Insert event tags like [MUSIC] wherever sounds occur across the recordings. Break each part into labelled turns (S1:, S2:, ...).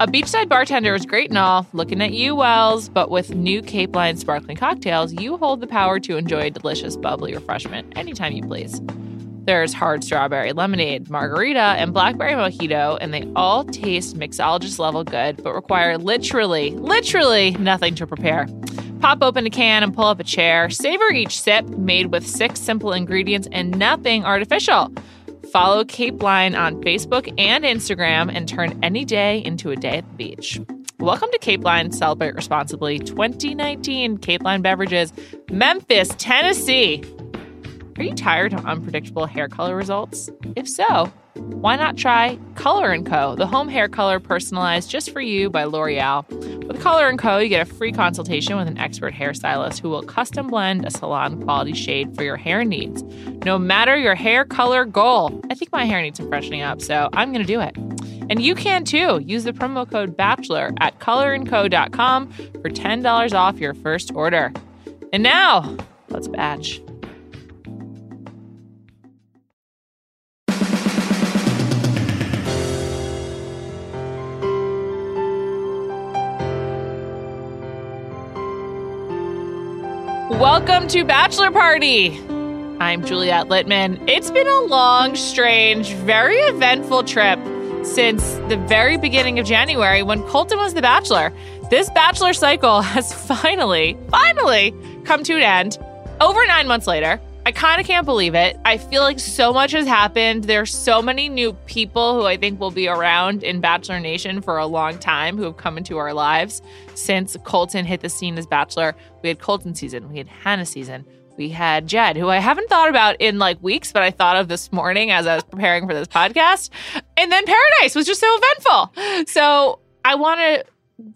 S1: A beachside bartender is great and all, looking at you, Wells, but with new Cape Line sparkling cocktails, you hold the power to enjoy a delicious, bubbly refreshment anytime you please. There's hard strawberry lemonade, margarita, and blackberry mojito, and they all taste mixologist level good, but require literally, literally nothing to prepare. Pop open a can and pull up a chair. Savor each sip, made with six simple ingredients and nothing artificial. Follow Cape Line on Facebook and Instagram and turn any day into a day at the beach. Welcome to Cape Line Celebrate Responsibly 2019 Cape Line Beverages, Memphis, Tennessee. Are you tired of unpredictable hair color results? If so, why not try Color & Co., the home hair color personalized just for you by L'Oreal. With Color & Co., you get a free consultation with an expert hairstylist who will custom blend a salon quality shade for your hair needs, no matter your hair color goal. I think my hair needs some freshening up, so I'm going to do it. And you can too. Use the promo code BACHELOR at colorandco.com for $10 off your first order. And now, let's batch. Welcome to Bachelor Party. I'm Juliette Littman. It's been a long, strange, very eventful trip since the very beginning of January when Colton was the Bachelor. This Bachelor cycle [LAUGHS] has finally, finally come to an end. Over nine months later, I kind of can't believe it. I feel like so much has happened. There's so many new people who I think will be around in Bachelor Nation for a long time who have come into our lives since Colton hit the scene as Bachelor. We had Colton season, we had Hannah season, we had Jed, who I haven't thought about in like weeks, but I thought of this morning as I was preparing for this podcast. And then Paradise was just so eventful. So I want to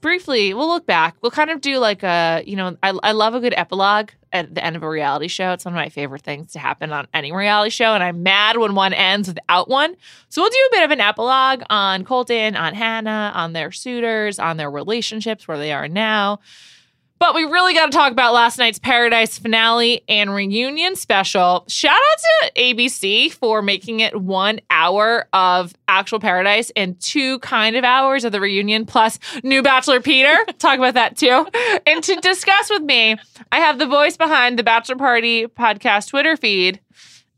S1: briefly, we'll look back. We'll kind of do like a, you know, I, I love a good epilogue at the end of a reality show. It's one of my favorite things to happen on any reality show. And I'm mad when one ends without one. So we'll do a bit of an epilogue on Colton, on Hannah, on their suitors, on their relationships, where they are now. But we really got to talk about last night's Paradise finale and reunion special. Shout out to ABC for making it one hour of actual Paradise and two kind of hours of the reunion, plus new Bachelor Peter. [LAUGHS] talk about that too. And to discuss with me, I have the voice behind the Bachelor Party podcast Twitter feed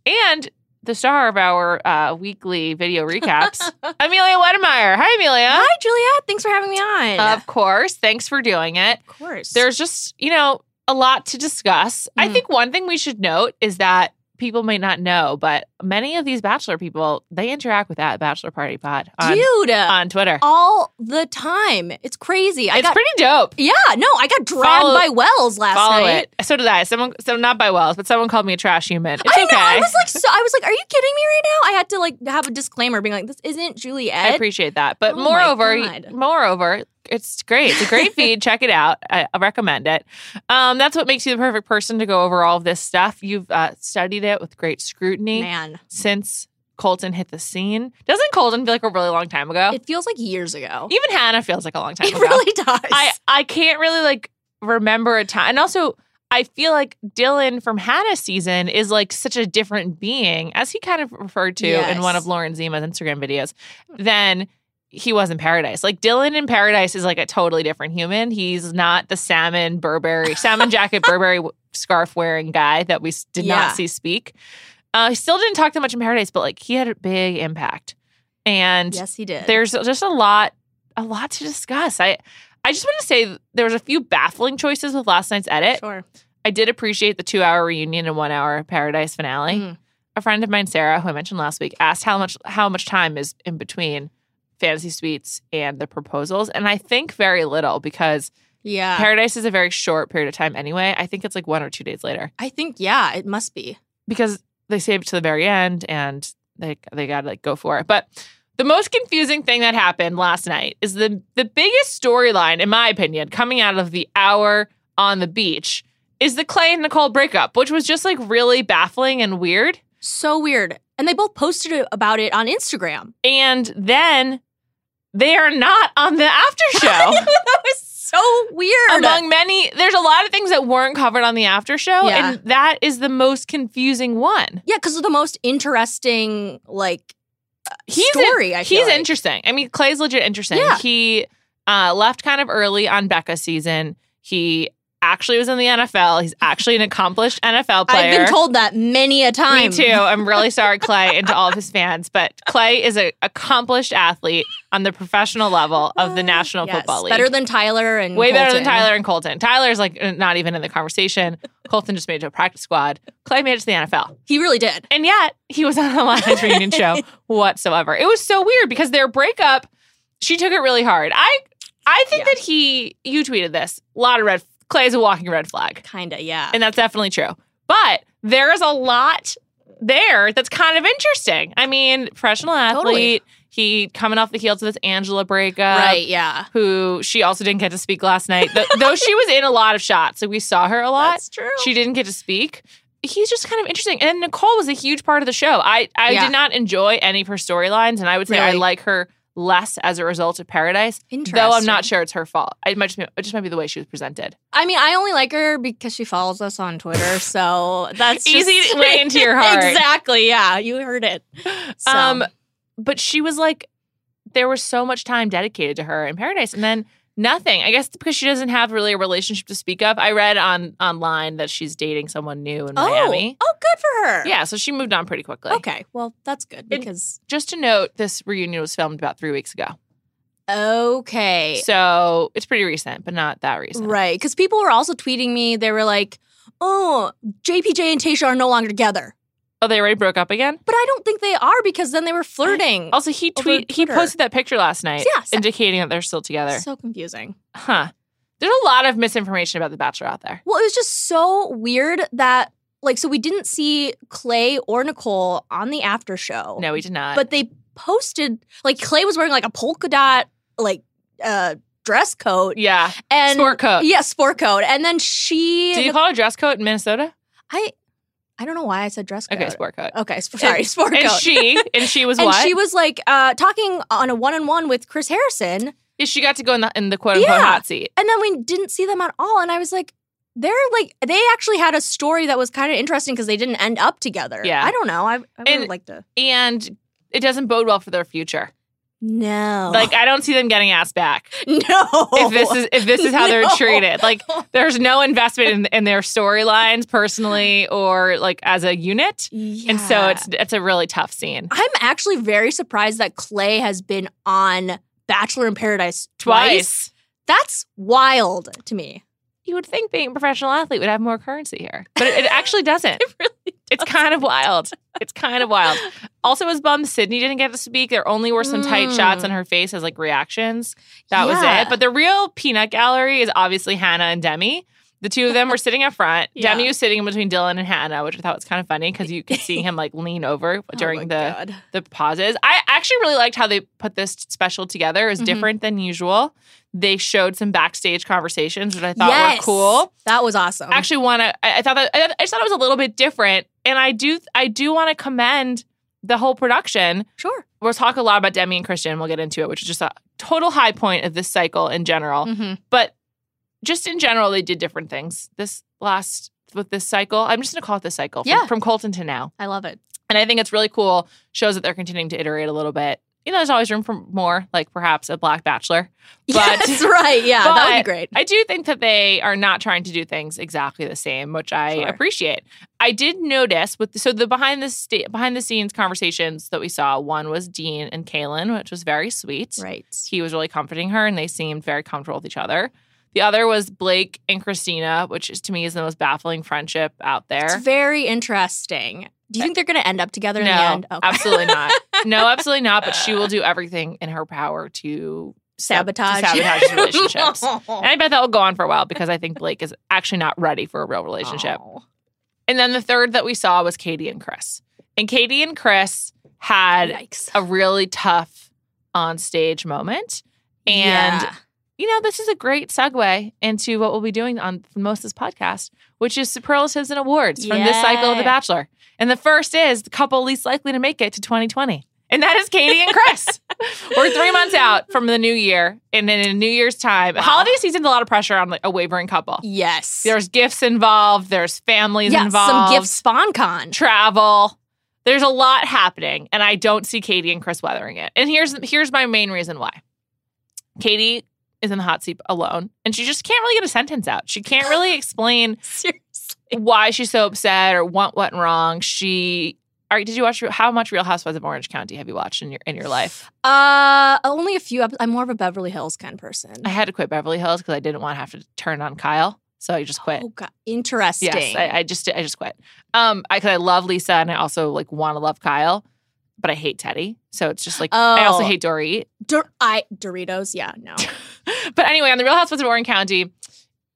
S1: and the star of our uh, weekly video recaps, Amelia Wedemeyer. Hi, Amelia.
S2: Hi, Juliet. Thanks for having me on.
S1: Of course. Thanks for doing it.
S2: Of course.
S1: There's just, you know, a lot to discuss. I
S2: Mhm.
S1: think one thing we should note is that people might not know, but many of these bachelor people, they interact with that bachelor party pod on,
S2: dude
S1: on Twitter.
S2: all the time. It's crazy. Oh, I
S1: it's
S2: got
S1: pretty dope.
S2: yeah. No, I got dragged
S1: Follow-
S2: by Wells last
S1: Follow
S2: night.
S1: it. So did I. Someone so not by Wells, but someone called me a trash human. It's
S2: I
S1: okay.
S2: know. I was like, so I was like, are you kidding me right now? I had to like have a disclaimer, being like, this isn't
S1: I
S2: Juliet.
S1: appreciate that. But
S2: Oh my
S1: moreover,
S2: God.
S1: moreover, it's great. It's a
S2: [LAUGHS]
S1: great feed. Check it out. I, I recommend it. Um, that's what makes you the perfect person to go over all of this stuff. You've uh, studied it with great scrutiny
S2: Man,
S1: since Colton hit the scene. Doesn't Colton feel like a really long time ago?
S2: it feels like years ago.
S1: Even Hannah feels like a long time
S2: [LAUGHS] It
S1: ago.
S2: really does.
S1: I I can't really like remember a time. And also, I feel like Dylan from Hannah's season is like such a different being, as he kind of referred to in one
S2: Yes.
S1: of Lauren Zima's Instagram videos, than he was in Paradise. Like Dylan in Paradise is like a totally different human. He's not the salmon Burberry, salmon
S2: [LAUGHS]
S1: jacket Burberry scarf wearing guy that we s- did
S2: Yeah.
S1: not see speak. Uh, he still didn't talk that much in Paradise, but like he had a big impact. And
S2: [LAUGHS] yes, he did.
S1: there's just a lot a lot to discuss i i just want to say there was a few baffling choices with last night's edit
S2: sure.
S1: i did appreciate the two hour reunion and one hour paradise finale
S2: Mhm.
S1: a friend of mine sarah who i mentioned last week asked how much how much time is in between fantasy suites and the proposals and i think very little because
S2: Yeah.
S1: paradise is a very short period of time anyway i think it's like one or two days later
S2: I think yeah, it must be.
S1: because they saved it to the very end and they they got to like go for it. But the most confusing thing that happened last night is the the biggest storyline in my opinion coming out of the hour on the beach is the Clay and Nicole breakup, which was just like really baffling and weird.
S2: So weird. And they both posted about it on Instagram. [LAUGHS]
S1: And then they are not on the after show.
S2: that was so weird.
S1: Among many, there's a lot of things that weren't covered on the after show,
S2: Yeah.
S1: and that is the most confusing one.
S2: Yeah, because the most interesting like
S1: He's in-
S2: story. I feel
S1: he's
S2: like.
S1: interesting. I mean, Clay's legit interesting.
S2: Yeah.
S1: He uh, left kind of early on Becca season. He actually was in the NFL. He's actually an accomplished NFL player.
S2: I've been told that many a time.
S1: Me too. I'm really sorry, Clay, and to all of his fans. But Clay is an accomplished athlete on the professional level of the National
S2: Uh, Oh, Yes,
S1: Football League.
S2: better than Tyler and
S1: Way better than
S2: Colton.
S1: Tyler and Colton. Tyler's like not even in the conversation. Colton just made it to a practice squad. Clay made it to the NFL.
S2: He really did.
S1: And yet he was on a Lana's reunion
S2: [LAUGHS]
S1: show whatsoever. It was so weird because their breakup, she took it really hard. I I think
S2: Yeah.
S1: that he you tweeted this. A lot of red Clay is a walking red flag.
S2: Kinda, yeah.
S1: And that's definitely true. But there is a lot there that's kind of interesting. I mean, professional athlete,
S2: Totally.
S1: he coming off the heels of this Angela breakup.
S2: right, yeah.
S1: Who she also didn't get to speak last night, Th- though she was in a lot of shots. So we saw her a lot
S2: That's true.
S1: she didn't get to speak. He's just kind of interesting. And Nicole was a huge part of the show. I, I
S2: Yeah.
S1: did not enjoy any of her storylines, and I would say I
S2: Really?
S1: like her less as a result of Paradise.
S2: Interesting.
S1: Though I'm not sure it's her fault. It might just, be, it just might be the way she was presented.
S2: I mean, I only like her because she follows us on
S1: [LAUGHS]
S2: Twitter, so that's just-
S1: Easy way into
S2: [LAUGHS]
S1: your heart.
S2: exactly. Yeah, you heard it. So,
S1: [LAUGHS] Um, but she was like, there was so much time dedicated to her in Paradise, and then nothing. I guess because she doesn't have really a relationship to speak of. I read on online that she's dating someone new in
S2: oh,
S1: Miami.
S2: oh, good for her.
S1: Yeah, so she moved on pretty quickly.
S2: Okay. Well, that's good
S1: It-
S2: because
S1: Just to note, this reunion was filmed about three weeks ago.
S2: okay,
S1: So it's pretty recent, but not that recent.
S2: right? Because people were also tweeting me. They were like, "Oh, JPJ and Tasha are no longer together,"
S1: Oh, they already broke up again.
S2: but I don't think they are because then they were flirting.
S1: Also, he
S2: Over
S1: tweet he
S2: Twitter.
S1: posted that picture last night,
S2: Yeah, so-
S1: indicating that they're still together.
S2: so confusing.
S1: Huh? There's a lot of misinformation about the Bachelor out there.
S2: Well, it was just so weird that like so we didn't see Clay or Nicole on the after show.
S1: No, we did not.
S2: Oh, But they posted like Clay was wearing like a polka dot like uh dress coat
S1: yeah,
S2: and
S1: sport coat.
S2: yeah, sport coat. And then she
S1: Do you call it a dress coat in Minnesota?
S2: I I don't know why I said dress coat.
S1: Okay, sport coat.
S2: Okay, sp- sorry, sport
S1: And
S2: coat. [LAUGHS]
S1: she and she was
S2: Uh, and
S1: what?
S2: she was like uh talking on a one-on-one with Chris Harrison.
S1: Yeah, she got to go in the in the quote unquote
S2: Yeah.
S1: hot seat.
S2: and then we didn't see them at all and i was like they're like they actually had a story that was kind of interesting because they didn't end up together
S1: Yeah.
S2: i don't know i, I
S1: And-
S2: would like to
S1: And it doesn't bode well for their future.
S2: no
S1: Like I don't see them getting asked back
S2: [LAUGHS] no
S1: if [LAUGHS] this is if this is how
S2: No.
S1: they're treated. Like there's no investment in, in their storylines personally or like as a unit and so
S2: Yeah.
S1: it's it's a really tough scene
S2: i'm actually very surprised that clay has been on bachelor in paradise
S1: twice,
S2: twice, that's wild to me
S1: you would think being a professional athlete would have more currency here but it, it [LAUGHS] actually doesn't it really it's kind of wild it's kind of [LAUGHS] wild also was bummed sydney didn't get to speak there only were some tight
S2: Mm.
S1: shots on her face as like reactions that
S2: Yeah.
S1: was it but the real peanut gallery is obviously hannah and demi the two of them were sitting up front.
S2: [LAUGHS] Yeah.
S1: Demi was sitting in between Dylan and Hannah, which I thought was kind of funny because you could see him like lean over
S2: [LAUGHS] Oh
S1: during
S2: my
S1: the
S2: God.
S1: the pauses. I actually really liked how they put this special together. It was
S2: Mhm.
S1: different than usual. They showed some backstage conversations, which I thought were
S2: yes. Oh.
S1: cool.
S2: that was awesome
S1: Actually, want to? I I thought that I I just thought it was a little bit different, and I do I do want to commend the whole production.
S2: sure
S1: We'll talk a lot about Demi and Christian. We'll get into it, which is just a total high point of this cycle in general.
S2: Mhm.
S1: But just in general, they did different things this last with this cycle. I'm just going to call it this cycle from-
S2: Yeah.
S1: from Colton to now.
S2: i love it
S1: And I think it's really cool. Shows that they're continuing to iterate a little bit. You know, there's always room for more, like perhaps a Black Bachelor. But-
S2: yes right yeah that would be
S1: but-
S2: great
S1: I do think that they are not trying to do things exactly the same, which I
S2: Sure.
S1: appreciate. I did notice with so the behind the sta- behind the scenes conversations that we saw. One was Dean and Kaylin, which was very sweet.
S2: right
S1: He was really comforting her, and they seemed very comfortable with each other. The other was Blake and Christina, which is to me is the most baffling friendship out there.
S2: It's very interesting. Do you think they're going to end up together in
S1: no,
S2: the end?
S1: absolutely not. No, absolutely not. But she will do everything in her power to sab- to
S2: [LAUGHS] Sabotage.
S1: sabotage
S2: [LAUGHS]
S1: his relationships. and
S2: Aw.
S1: I bet that will go on for a while because I think Blake is actually not ready for a real relationship.
S2: Oh,
S1: And then the third that we saw was Katie and Chris. And Katie and Chris had
S2: Yikes.
S1: a really tough on stage moment. And
S2: Yeah.
S1: you know, this is a great segue into what we'll be doing on most of this podcast, which is superlatives and awards from this cycle of The
S2: Yay.
S1: Bachelor. And the first is the couple least likely to make it to 2020. And that is Katie and
S2: [LAUGHS]
S1: Chris. We're three months out from the new year. And then in New Year's time,
S2: Wow.
S1: holiday season's a lot of pressure on like, a wavering couple.
S2: yes.
S1: There's gifts involved, there's families
S2: yeah,
S1: involved,
S2: some gifts spawn con.
S1: travel. There's a lot happening, and I don't see Katie and Chris weathering it. And here's here's my main reason why. Katie is in the hot seat alone, and she just can't really get a sentence out. She can't really explain
S2: [LAUGHS] Seriously.
S1: why she's so upset or what went wrong. She all right. Did you watch how much Real Housewives of Orange County have you watched in your in your life?
S2: Uh, only a few. Episodes. I'm more of a Beverly Hills kind of person.
S1: I had to quit Beverly Hills because I didn't want to have to turn on Kyle, so I just quit.
S2: Oh god, interesting.
S1: Yes, I, I just I just quit. Um, I because I love Lisa and I also like want to love Kyle, but I hate Teddy. So it's just like I also
S2: Oh.
S1: hate Dory.
S2: Dor- I Doritos. Yeah, no.
S1: [LAUGHS] But anyway, on the Real Housewives of Orange County,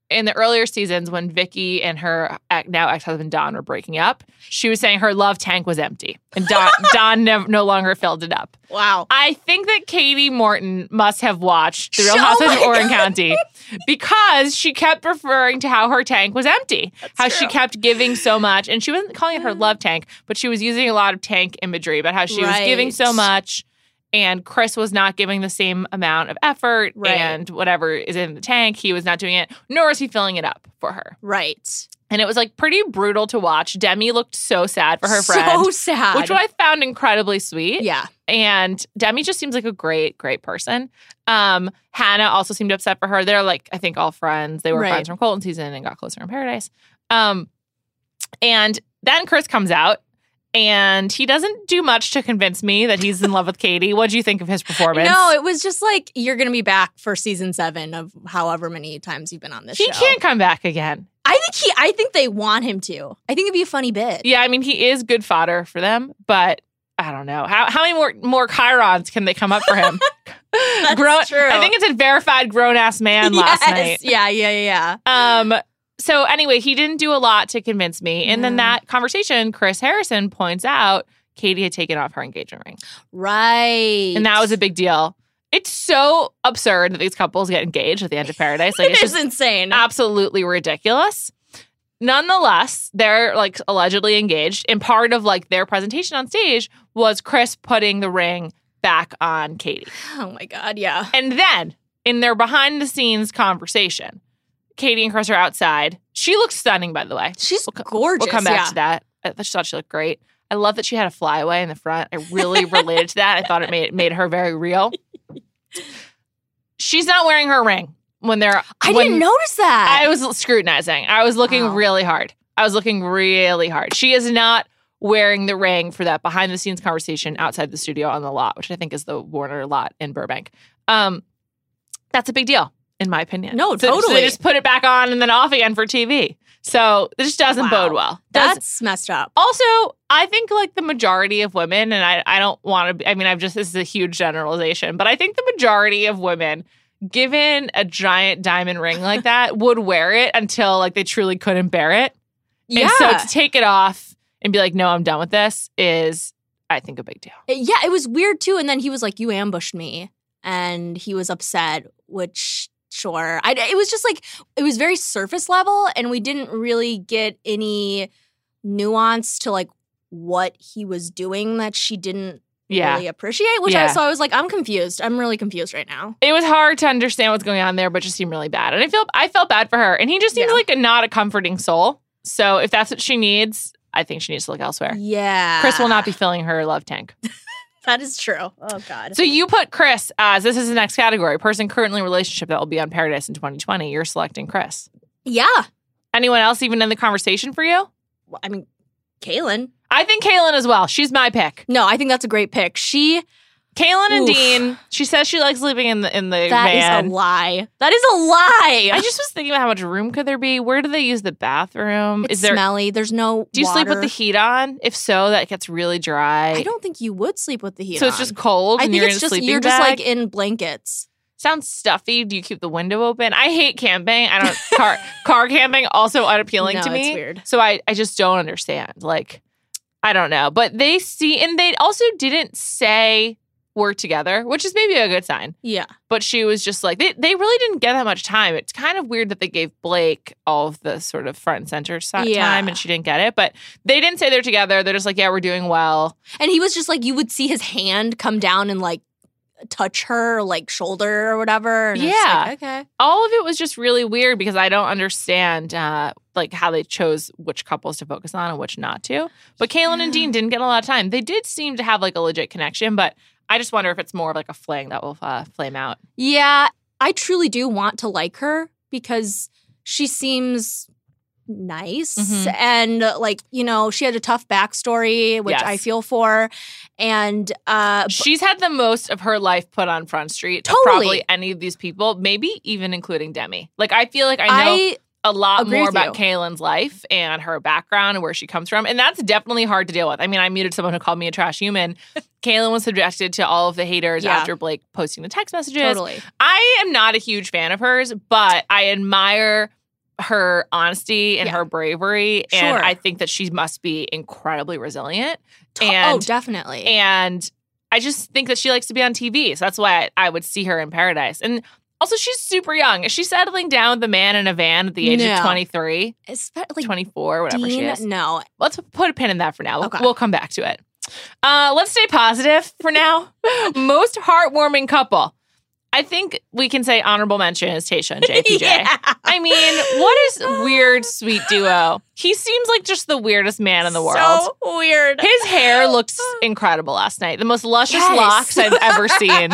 S1: in the earlier seasons when Vicky and her ac- now ex husband Don were breaking up, she was saying her love tank was empty, and Don Don nev- no longer filled it up.
S2: Wow.
S1: I think that Katie Morton must have watched The Real
S2: Oh
S1: Housewives of
S2: my
S1: Orange County because she kept referring to how her tank was empty, how she
S2: true.
S1: kept giving so much. And she wasn't calling it her love tank, but she was using a lot of tank imagery about how she was giving
S2: Right.
S1: so much and Chris was not giving the same amount of effort
S2: Right.
S1: and whatever is in the tank, he was not doing it, nor was he filling it up for her.
S2: Right.
S1: And it was like pretty brutal to watch. Demi looked so sad for her friend.
S2: So sad.
S1: Which I found incredibly sweet
S2: Yeah.
S1: and Demi just seems like a great, great person. Um, Hannah also seemed upset for her. They're like, I think all friends. They were
S2: Right.
S1: friends from Colton season and got closer in paradise. Um, and then Chris comes out and he doesn't do much to convince me that he's in love with Katie. What do you think of his performance?
S2: No, it was just like you're gonna be back for season seven of however many times you've been on this.
S1: he
S2: show.
S1: can't come back again.
S2: I think he. I think they want him to. I think it'd be a funny bit. [LAUGHS]
S1: Yeah, I mean he is good fodder for them, but I don't know how how many more more chirons can they come up for him.
S2: [LAUGHS] That's
S1: grown,
S2: true.
S1: I think it's a verified grown ass man last night.
S2: yes. Yeah. Yeah. Yeah.
S1: Um. So anyway, he didn't do a lot to convince me. And then
S2: No.
S1: that conversation, Chris Harrison points out Katie had taken off her engagement ring,
S2: Right.
S1: and that was a big deal. It's so absurd that these couples get engaged at the end of Paradise. Like
S2: It
S1: it's
S2: [LAUGHS] is
S1: just
S2: insane.
S1: absolutely ridiculous. Nonetheless, they're like allegedly engaged, and part of like their presentation on stage was Chris putting the ring back on Katie.
S2: oh my god. Yeah.
S1: And then in their behind the scenes conversation, Katie and Chris are outside. She looks stunning, by the way.
S2: She's
S1: We'll co-
S2: gorgeous.
S1: We'll come back
S2: yeah.
S1: to that. I I just thought she looked great. I love that she had a flyaway in the front. I really related to that. I thought it made made her very
S2: [LAUGHS]
S1: real. She's not wearing her ring when they're.
S2: I
S1: when-
S2: didn't notice that.
S1: I was scrutinizing. I was looking
S2: Wow.
S1: really hard. I was looking really hard. She is not wearing the ring for that behind the scenes conversation outside the studio on the lot, which I think is the Warner lot in Burbank. Um, that's a big deal, in my opinion.
S2: No,
S1: So- so
S2: totally.
S1: they just put it back on and then off again for TV. So it just doesn't
S2: Wow.
S1: bode well. Does-
S2: That's messed up.
S1: also, I think like the majority of women, and I, I don't want to, be, I mean, I've just, this is a huge generalization, but I think the majority of women, given a giant diamond ring
S2: [LAUGHS]
S1: like that, would wear it until like they truly couldn't bear it.
S2: Yeah.
S1: And so to take it off and be like, no, I'm done with this is, I think, a big deal.
S2: yeah, it was weird too. And then he was like, "You ambushed me," and he was upset. Which, sure, I, it was just like it was very surface level, and we didn't really get any nuance to like what he was doing that she didn't
S1: Yeah.
S2: really appreciate. Which I
S1: Yeah.
S2: so I was like, I'm confused. I'm really confused right now.
S1: It was hard to understand what's going on there, but it just seemed really bad. And I feel I felt bad for her. And he just seems
S2: Yeah.
S1: like a not a comforting soul. So if that's what she needs, I think she needs to look elsewhere.
S2: Yeah,
S1: Chris will not be filling her love tank.
S2: That is true. Oh God.
S1: So you put Chris as this is the next category person currently in a relationship that will be on Paradise in 2020. You're selecting Chris.
S2: yeah,
S1: Anyone else even in the conversation for you?
S2: well, I mean, Kaylin.
S1: I think Kaylin as well. She's my pick.
S2: No, I think that's a great pick. She
S1: Kaylin and
S2: Oof.
S1: Dean. She says she likes living in the in the
S2: That is
S1: van.
S2: a lie. That is a lie.
S1: I just was thinking about how much room could there be. Where do they use the bathroom?
S2: it's
S1: is there?
S2: smelly. There's no.
S1: do you sleep with
S2: water.
S1: the heat on? If so, that gets really dry.
S2: I don't think you would sleep with the heat.
S1: so it's
S2: on.
S1: just cold.
S2: I
S1: and
S2: think
S1: you're in
S2: it's
S1: a
S2: just
S1: sleeping
S2: you're just
S1: bag?
S2: like in blankets.
S1: Sounds stuffy. Do you keep the window open? I hate camping. I don't
S2: [LAUGHS]
S1: car car camping also unappealing
S2: No,
S1: to me.
S2: it's weird.
S1: So I I just don't understand. Like I don't know, but they see and they also didn't say we're together, which is maybe a good sign.
S2: Yeah.
S1: But she was just like they they really didn't get that much time. It's kind of weird that they gave Blake all of the sort of front and center si-
S2: Yeah.
S1: time and she didn't get it. But they didn't say they're together. They're just like yeah, we're doing well.
S2: And he was just like you would see his hand come down and like touch her like shoulder or whatever. And I was just
S1: Yeah.
S2: like, okay.
S1: all of it was just really weird because I don't understand uh, like how they chose which couples to focus on and which not to. But Kaylin
S2: Yeah.
S1: and Dean didn't get a lot of time. They did seem to have like a legit connection, but I just wonder if it's more of like a fling that will uh, flame out.
S2: Yeah, I truly do want to like her because she seems nice
S1: Mhm.
S2: and uh, like you know she had a tough backstory which
S1: Yes.
S2: i feel for and uh
S1: She's had the most of her life put on Front Street. of
S2: Totally.
S1: probably any of these people, maybe even including Demi. Like I feel like I know
S2: i
S1: a lot
S2: Agree
S1: more
S2: with
S1: about
S2: you.
S1: Kaylin's life and her background and where she comes from. And that's definitely hard to deal with. I mean, I muted someone who called me a trash
S2: [LAUGHS]
S1: human. Kaylin was subjected to all of the haters
S2: Yeah.
S1: after Blake posting the text messages.
S2: totally
S1: I am not a huge fan of hers, but I admire her honesty and
S2: Yeah.
S1: her bravery. And
S2: Sure.
S1: I think that she must be incredibly resilient.
S2: To- oh
S1: and-
S2: definitely
S1: And I just think that she likes to be on TV. So that's why I, I would see her in paradise. And also, she's super young. Is she settling down with a man in a van at the age of
S2: No.
S1: 23?
S2: especially
S1: 24, whatever she
S2: Dean,
S1: is. [LAUGHS]
S2: no
S1: Let's put a pin in that for now. We'll,
S2: Okay.
S1: we'll come back to it. Uh, let's stay positive for
S2: [LAUGHS]
S1: now. Most heartwarming couple. I think we can say honorable mention is Tayshia and
S2: [LAUGHS]
S1: JPJ. I mean, what is weird, sweet duo? He seems like just the weirdest man in the world.
S2: So weird.
S1: His
S2: [LAUGHS]
S1: hair looks incredible last night. The most luscious
S2: Yes.
S1: locks I've
S2: [LAUGHS]
S1: ever seen.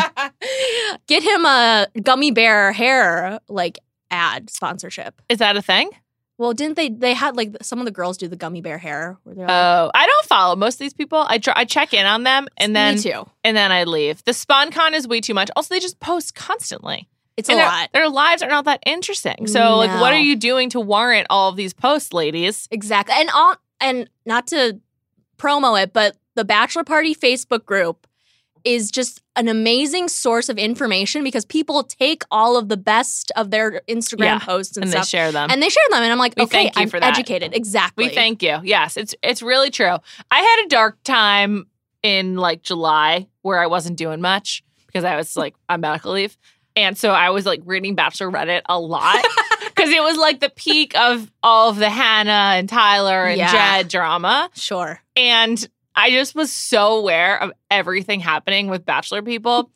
S2: Get him a gummy bear hair like ad sponsorship.
S1: Is that a thing?
S2: Well, didn't they? They had like some of the girls do the gummy bear hair. Where they're
S1: Oh,
S2: like,
S1: I don't follow most of these people. I tr- I check in on them and then
S2: me too.
S1: and then I leave. The SponCon is way too much. Also, they just post constantly.
S2: It's a
S1: And their-
S2: lot.
S1: Their lives are not that interesting. So, like, what
S2: No.
S1: are you doing to warrant all of these posts, ladies?
S2: Exactly. And all and not to promo it, but the bachelor party Facebook group is just an amazing source of information because people take all of the best of their Instagram
S1: Yeah.
S2: posts and,
S1: And they
S2: stuff
S1: share them.
S2: and they share them and I'm like,
S1: We
S2: okay,
S1: thank you
S2: I'm
S1: for that.
S2: educated. Exactly.
S1: we thank you. Yes, it's it's really true. I had a dark time in like July where I wasn't doing much because I
S2: [LAUGHS]
S1: was like on medical leave, and so I was like reading Bachelor Reddit a
S2: [LAUGHS]
S1: lot because it was like the peak of all of the Hannah and Tyler and
S2: Yeah.
S1: Jed drama.
S2: Sure.
S1: and I just was so aware of everything happening with bachelor
S2: [LAUGHS]
S1: people.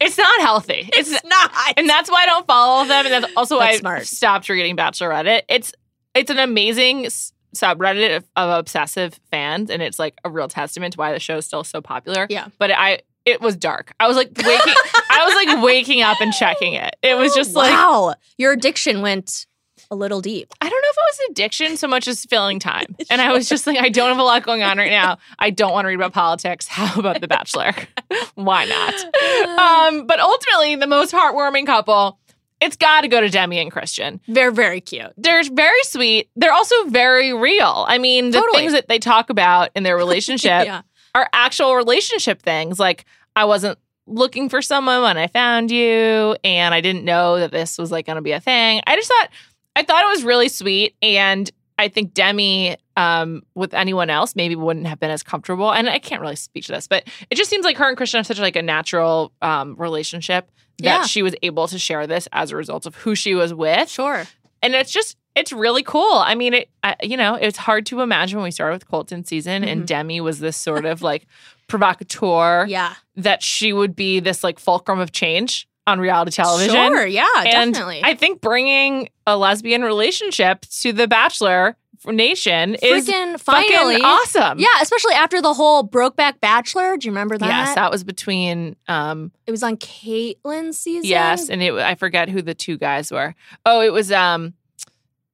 S1: it's not healthy. It's,
S2: not.
S1: and that's why I don't follow them. And that's also why
S2: That's
S1: I
S2: smart.
S1: stopped reading Bachelor Reddit. It's it's an amazing s- subreddit of, of obsessive fans, and it's like a real testament to why the show is still so popular.
S2: Yeah.
S1: but I it was dark. I was like waking. I was like waking up and checking it. [LAUGHS] It was just like
S2: Oh, wow, your addiction went a little deep.
S1: I don't know if it was addiction so much as filling time. And I was just like, I don't have a lot going on right now. I don't want to read about politics. [LAUGHS] How about The Bachelor? [LAUGHS] Why not?
S2: Uh.
S1: Um, but ultimately, the most heartwarming couple, it's got to go to Demi and Christian.
S2: They're [LAUGHS] very cute.
S1: They're very sweet. They're also very real. I mean, the
S2: Totally.
S1: things that they talk about in their relationship
S2: Yeah.
S1: are actual relationship things. Like, I wasn't looking for someone when I found you, and I didn't know that this was like going to be a thing. I just thought, I thought it was really sweet. And I think Demi, um, with anyone else, maybe wouldn't have been as comfortable. And I can't really speak to this, but it just seems like her and Christian have such like a natural um, relationship that
S2: Yeah.
S1: she was able to share this as a result of who she was with
S2: Sure.
S1: and it's just it's really cool. I mean, it I, you know, it's hard to imagine when we started with Colton season
S2: Mhm.
S1: and Demi was this sort of like provocateur
S2: Yeah.
S1: that she would be this like fulcrum of change on reality television.
S2: Sure. Yeah.
S1: and
S2: definitely.
S1: I think bringing a lesbian relationship to the Bachelor Nation is
S2: Freaking finally.
S1: fucking awesome.
S2: Yeah, especially after the whole Brokeback Bachelor. Do you remember that?
S1: Yes, that was between um
S2: it was on Caitlin's season.
S1: yes, and it I forget who the two guys were. Oh, it was um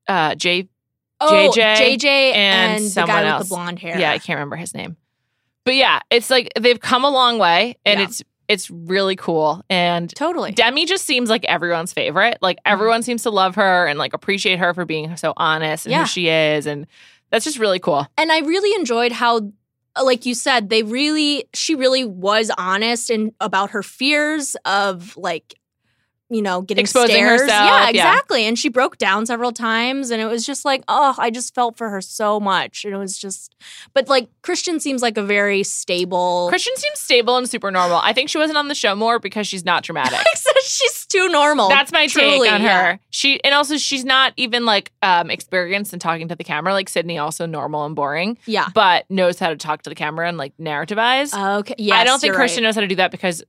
S1: uh Jay
S2: oh,
S1: JJ
S2: JJ,
S1: and
S2: and, the
S1: someone
S2: guy
S1: else.
S2: with the blonde hair.
S1: Yeah, I can't remember his name. But yeah, it's like they've come a long way and
S2: Yeah.
S1: it's it's really cool. And
S2: totally. Mm-hmm.
S1: Demi just seems like everyone's favorite. Like everyone seems to love her and like appreciate her for being so honest and
S2: Yeah.
S1: who she is and that's just really cool.
S2: and I really enjoyed how, like you said, they really, she really was honest and about her fears of like, you know, getting
S1: Exposing
S2: stares.
S1: herself, yeah.
S2: Yeah, exactly. And she broke down several times, and it was just like, oh, I just felt for her so much, and it was just, but like Christian seems like a very stable.
S1: Christian seems stable and super normal. I think she wasn't on the show more because she's not dramatic.
S2: [LAUGHS] she's too normal.
S1: That's my
S2: truly,
S1: take on her.
S2: yeah.
S1: She and also she's not even like um experienced in talking to the camera like Sydney also normal and boring,
S2: yeah.
S1: but knows how to talk to the camera and like narrativize.
S2: Okay. Yes,
S1: I don't think
S2: you're
S1: Christian
S2: Right.
S1: knows how to do that because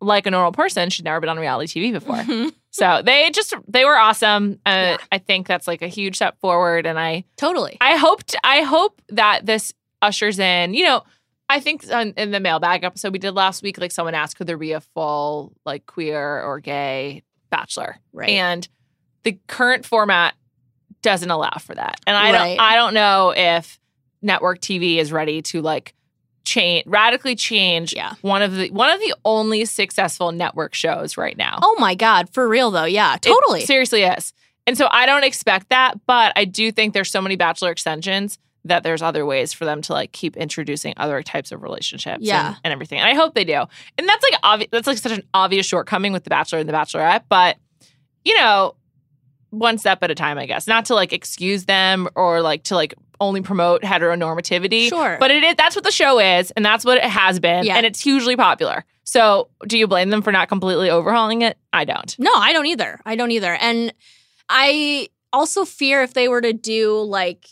S1: like a normal person, she'd never been on reality TV
S2: [LAUGHS]
S1: before. so they just they were awesome. Uh,
S2: Yeah.
S1: I think that's like a huge step forward, and I
S2: Totally.
S1: I hoped I hope that this ushers in, you know, I think on, in the mailbag episode we did last week, like someone asked, could there be a full like queer or gay bachelor?
S2: Right.
S1: And the current format doesn't allow for that. And I
S2: Right.
S1: don't I don't know if network TV is ready to like change radically change
S2: Yeah.
S1: one of the one of the only successful network shows right now.
S2: oh my God. For real though. Yeah.
S1: It
S2: Totally.
S1: seriously is. And so I don't expect that, but I do think there's so many bachelor extensions that there's other ways for them to like keep introducing other types of relationships
S2: Yeah.
S1: and, and everything. And I hope they do. And that's like obvious that's like such an obvious shortcoming with the bachelor and the bachelorette, but you know, one step at a time, I guess. Not to like excuse them or like to like only promote heteronormativity.
S2: Sure.
S1: But it is that's what the show is and that's what it has been
S2: Yeah.
S1: and it's hugely popular. So, do you blame them for not completely overhauling it? I don't.
S2: No, I don't either. I don't either. And I also fear if they were to do like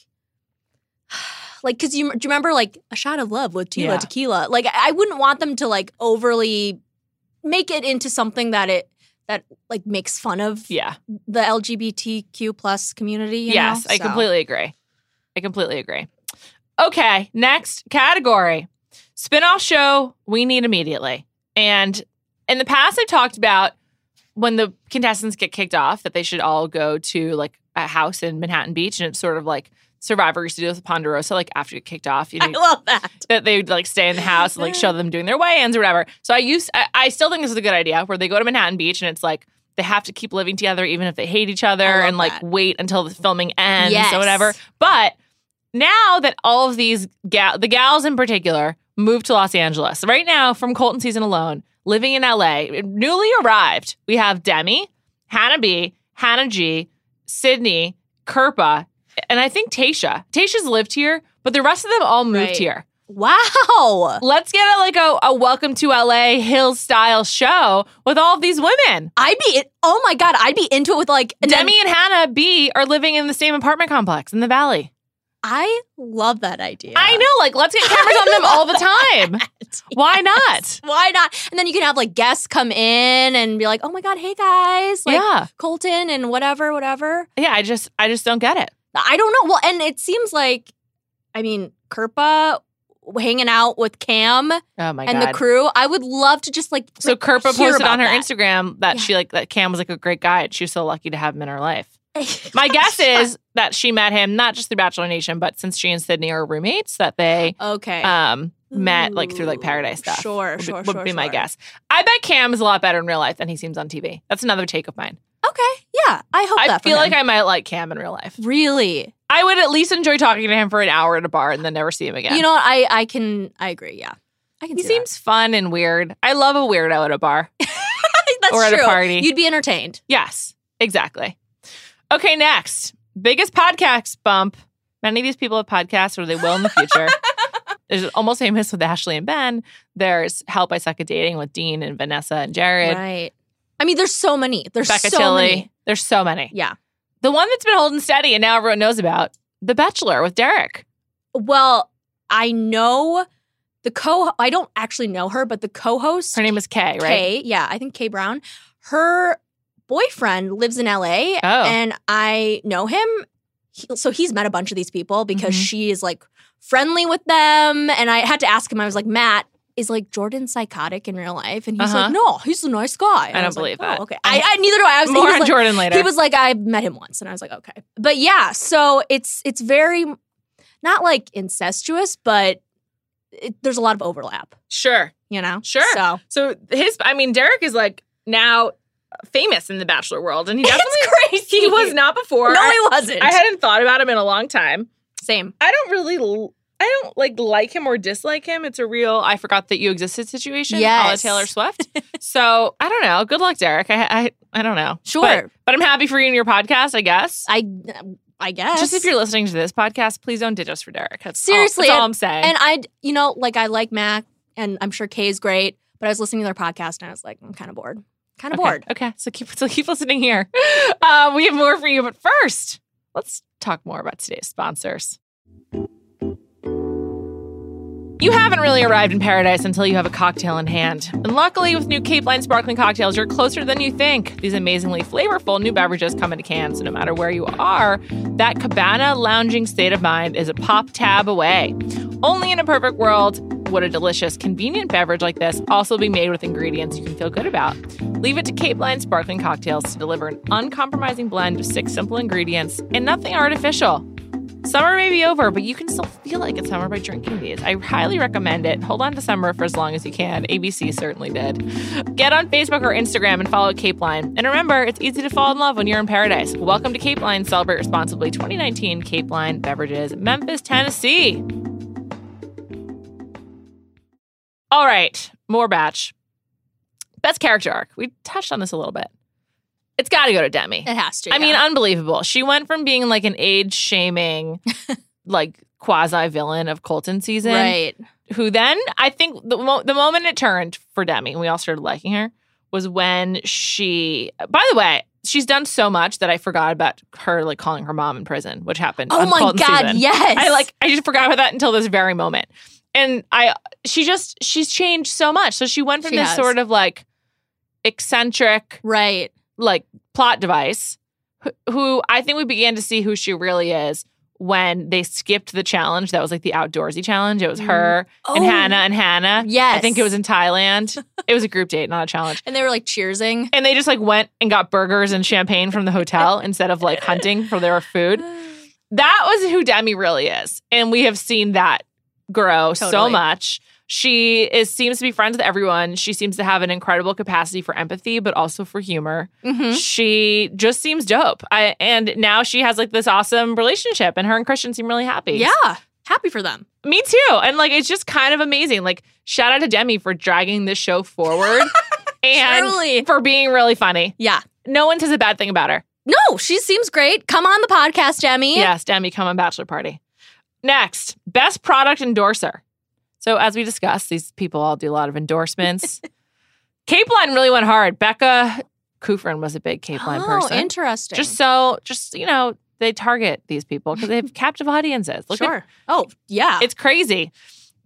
S2: [SIGHS] like cuz you do you remember like a shot of love with Tila
S1: Yeah.
S2: Tequila? Like I I wouldn't want them to like overly make it into something that it that like makes fun of
S1: Yeah.
S2: the LGBTQ plus community. you
S1: yes,
S2: know?
S1: I
S2: So,
S1: completely agree. I completely agree. Okay, next category. Spin-off show we need immediately. And in the past I've talked about when the contestants get kicked off that they should all go to like a house in Manhattan Beach and it's sort of like Survivor used to do with Ponderosa like after you get kicked off, you
S2: [LAUGHS] I
S1: know,
S2: love that.
S1: that they would like stay in the house and like show them doing their weigh-ins or whatever. So I used I, I still think this is a good idea where they go to Manhattan Beach and it's like they have to keep living together even if they hate each other
S2: I love
S1: and like
S2: that.
S1: wait until the filming ends
S2: Yes.
S1: or whatever. But now that all of these gal the gals in particular moved to Los Angeles. Right now from Colton season alone, living in LA, newly arrived, we have Demi, Hannah B, Hannah G, Sydney, Kerpa, and I think Tasha. Tasha's lived here, but the rest of them all moved
S2: Right.
S1: here.
S2: Wow.
S1: Let's get a, like a, a welcome to LA Hills style show with all of these women.
S2: I'd be oh my god, I'd be into it with like and then
S1: Demi and Hannah B are living in the same apartment complex in the valley.
S2: I love that idea.
S1: I know, like let's get cameras on them all
S2: [LAUGHS]
S1: the time. Why not?
S2: Why not? And then you can have like guests come in and be like, "Oh my god, hey guys!" Like
S1: yeah,
S2: Colton and whatever, whatever.
S1: yeah. I just, I just don't get it.
S2: I don't know. Well, and it seems like, I mean, Kerpa hanging out with Cam
S1: Oh my
S2: and
S1: god.
S2: the crew. I would love to just like
S1: so Kerpa
S2: hear
S1: posted on
S2: about
S1: her
S2: that.
S1: Instagram that
S2: Yeah.
S1: she like that Cam was like a great guy. and She was so lucky to have him in her life.
S2: [LAUGHS]
S1: My guess is that she met him not just through Bachelor Nation, but since she and Sydney are roommates, that they
S2: okay.
S1: um met like through like
S2: Ooh,
S1: paradise stuff.
S2: sure,
S1: would be-
S2: sure,
S1: would
S2: sure,
S1: be my
S2: sure.
S1: guess. I bet Cam is a lot better in real life than he seems on TV. That's another take of mine.
S2: okay, yeah. I hope
S1: I
S2: that for
S1: feel like
S2: him.
S1: I might like Cam in real life.
S2: really.
S1: I would at least enjoy talking to him for an hour at a bar and then never see him again.
S2: You know, what? I I can I agree. Yeah, I can.
S1: he
S2: see
S1: seems fun and weird. I love a weirdo at a
S2: [LAUGHS]
S1: bar [LAUGHS]
S2: that. that's
S1: or at
S2: true.
S1: a party.
S2: You'd be entertained.
S1: yes, exactly. Okay, next biggest podcast bump. Many of these people have podcasts, or they will in the
S2: [LAUGHS]
S1: future. There's almost famous with Ashley and Ben. There's Help I Suck at Dating with Dean and Vanessa and Jared.
S2: Right. I mean, there's so many. There's
S1: Becca
S2: so
S1: Tilly.
S2: many.
S1: There's so many.
S2: Yeah.
S1: The one that's been holding steady and now everyone knows about The Bachelor with Derek.
S2: Well, I know the co I don't actually know her, but the co-host
S1: Her name is Kay, right?
S2: Kay, yeah, I think Kay Brown. Her boyfriend lives in LA
S1: Oh.
S2: and I know him. He- so he's met a bunch of these people because
S1: Mhm.
S2: she is like friendly with them and I had to ask him I was like, "Matt, is like Jordan psychotic in real life?" And he's
S1: Uh-huh.
S2: like, "No, he's a nice guy." And
S1: I don't
S2: was like,
S1: believe
S2: "Oh,
S1: that."
S2: okay. I, I neither do I. I was,
S1: [LAUGHS]
S2: he
S1: More
S2: was
S1: on
S2: like-
S1: Jordan later.
S2: he was like, I met him once, and I was like, okay, but yeah. So it's it's very not like incestuous, but it, there's a lot of overlap,
S1: sure.
S2: you know.
S1: Sure.
S2: So
S1: So his, I mean, Derek is like now famous in the Bachelor world, and he definitely
S2: [LAUGHS] it's crazy.
S1: he was not before.
S2: No,
S1: I,
S2: he wasn't.
S1: I hadn't thought about him in a long time.
S2: Same.
S1: I don't really. l- I don't like like him or dislike him. It's a real I forgot that you existed situation. a la
S2: Yes.
S1: Taylor
S2: [LAUGHS]
S1: Swift. so I don't know. Good luck, Derek. I I, I don't know.
S2: Sure.
S1: But, but I'm happy for you and your podcast, I guess.
S2: I I guess.
S1: Just if you're listening to this podcast, please don't ditch us for Derek. That's
S2: Seriously,
S1: all, that's all I'm saying.
S2: and I, you know, like I like Mac, and I'm sure Kay is great, but I was listening to their podcast and I was like, I'm kind of bored. Kind of
S1: okay,
S2: bored.
S1: Okay, so keep so keep listening here. [LAUGHS] Uh, we have more for you, but first, let's talk more about today's sponsors. You haven't really arrived in paradise until you have a cocktail in hand. And luckily, with new Cape Line sparkling cocktails, you're closer than you think. These amazingly flavorful new beverages come in cans, so no matter where you are, that cabana lounging state of mind is a pop tab away. Only in a perfect world would a delicious, convenient beverage like this also be made with ingredients you can feel good about. Leave it to Cape Line sparkling cocktails to deliver an uncompromising blend of six simple ingredients and nothing artificial. Summer may be over, but you can still feel like it's summer by drinking these. I highly recommend it. Hold on to summer for as long as you can. ABC certainly did. Get on Facebook or Instagram and follow Cape Line. And remember, it's easy to fall in love when you're in paradise. Welcome to Cape Line. Celebrate responsibly 2019 Cape Line Beverages, Memphis, Tennessee. All right, more batch. Best character arc. We touched on this a little bit. It's got to go to Demi.
S2: It has to.
S1: I mean,
S2: yeah.
S1: unbelievable. She went from being like an age
S2: [LAUGHS]
S1: shaming, like quasi villain of Colton season,
S2: right.
S1: who then I think the, mo- the moment it turned for Demi and we all started liking her was when she, by the way, she's done so much that I forgot about her like calling her mom in prison, which happened.
S2: Oh
S1: on
S2: my
S1: Colton
S2: god,
S1: season.
S2: yes.
S1: I like I just forgot about that until this very moment. And I she just she's changed so much. So she went from
S2: She
S1: this
S2: has.
S1: sort of like eccentric
S2: right.
S1: like plot device wh- who I think we began to see who she really is when they skipped the challenge that was like the outdoorsy challenge. It was her and
S2: Oh,
S1: Hannah and Hannah.
S2: Yes.
S1: I think it was in Thailand. it was a group date, not a challenge.
S2: and they were like cheersing.
S1: And they just like went and got burgers and champagne from the
S2: [LAUGHS]
S1: hotel instead of like hunting for their food. That was who Demi really is. And we have seen that grow so
S2: Totally.
S1: much. She is seems to be friends with everyone. She seems to have an incredible capacity for empathy, but also for humor
S2: Mhm.
S1: she just seems dope. I, and now she has like this awesome relationship, and her and Christian seem really happy.
S2: Yeah. Happy for them.
S1: me too. And like, it's just kind of amazing. Like, shout out to Demi for dragging this show
S2: [LAUGHS]
S1: forward and
S2: Truly.
S1: for being really funny.
S2: Yeah.
S1: No one says a bad thing about her.
S2: No, she seems great. Come on the podcast, Demi.
S1: Yes, Demi, come on Bachelor Party. Next, best product endorser. So, as we discussed, these people all do a lot of
S2: [LAUGHS]
S1: endorsements. Cape Line really went hard. Becca Kufrin was a big Cape Line
S2: oh,
S1: person.
S2: interesting.
S1: Just so, just you know, they target these people because
S2: [LAUGHS]
S1: they have captive audiences. Look at,
S2: sure. oh, yeah.
S1: it's crazy.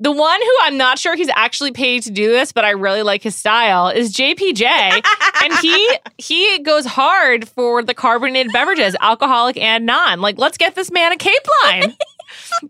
S1: The one who I'm not sure he's actually paid to do this, but I really like his style is
S2: [LAUGHS]
S1: JPJ, and he he goes hard for the carbonated beverages, alcoholic and non. Like, let's get this man a Cape
S2: [LAUGHS]
S1: Line.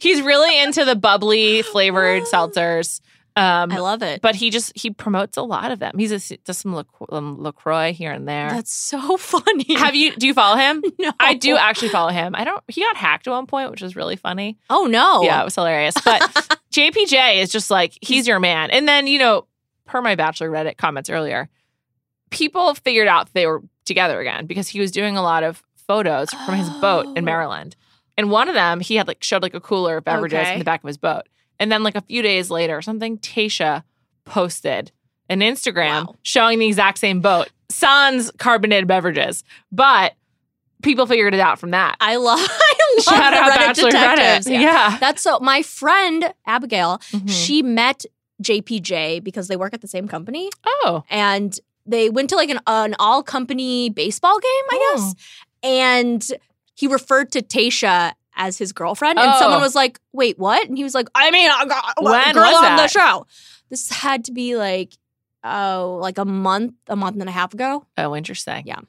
S1: he's really into the bubbly flavored seltzers. Um,
S2: [GASPS] I love it.
S1: but he just he promotes a lot of them. He's a, does some LaCro- um, Lacroix here and there.
S2: That's so [LAUGHS] funny.
S1: Have you? Do you follow
S2: [LAUGHS]
S1: him?
S2: No.
S1: I do actually follow him. I don't. He got hacked at one point, which was really funny.
S2: Oh no.
S1: Yeah, it was hilarious. But
S2: [LAUGHS]
S1: JPJ is just like he's your man. And then you know, per my bachelor Reddit comments earlier, people figured out they were together again because he was doing a lot of photos from his boat in
S2: Oh.
S1: Maryland. And one of them, he had like showed like a cooler of beverages
S2: Okay.
S1: in the back of his boat. And then like a few days later, or something Tasha posted an Instagram
S2: Wow.
S1: showing the exact same boat, sans carbonated beverages, but people figured it out from that.
S2: [LAUGHS] I love I love
S1: Shout
S2: the
S1: out
S2: Reddit
S1: Bachelor
S2: detectives. Mm-hmm.
S1: Reddit. Yeah.
S2: That's so my friend Abigail,
S1: Mhm.
S2: she met JPJ because they work at the same company
S1: oh.
S2: and they went to like an, an all company baseball game, I guess.
S1: Oh.
S2: and he referred to Tasha as his girlfriend, and
S1: Oh.
S2: someone was like, "Wait, what?" And he was like, "I mean, I got a
S1: When
S2: girl
S1: was
S2: on the
S1: that?
S2: show." This had to be like, oh, like a month, a month and a half ago.
S1: Oh, interesting.
S2: Yeah. Mm-hmm.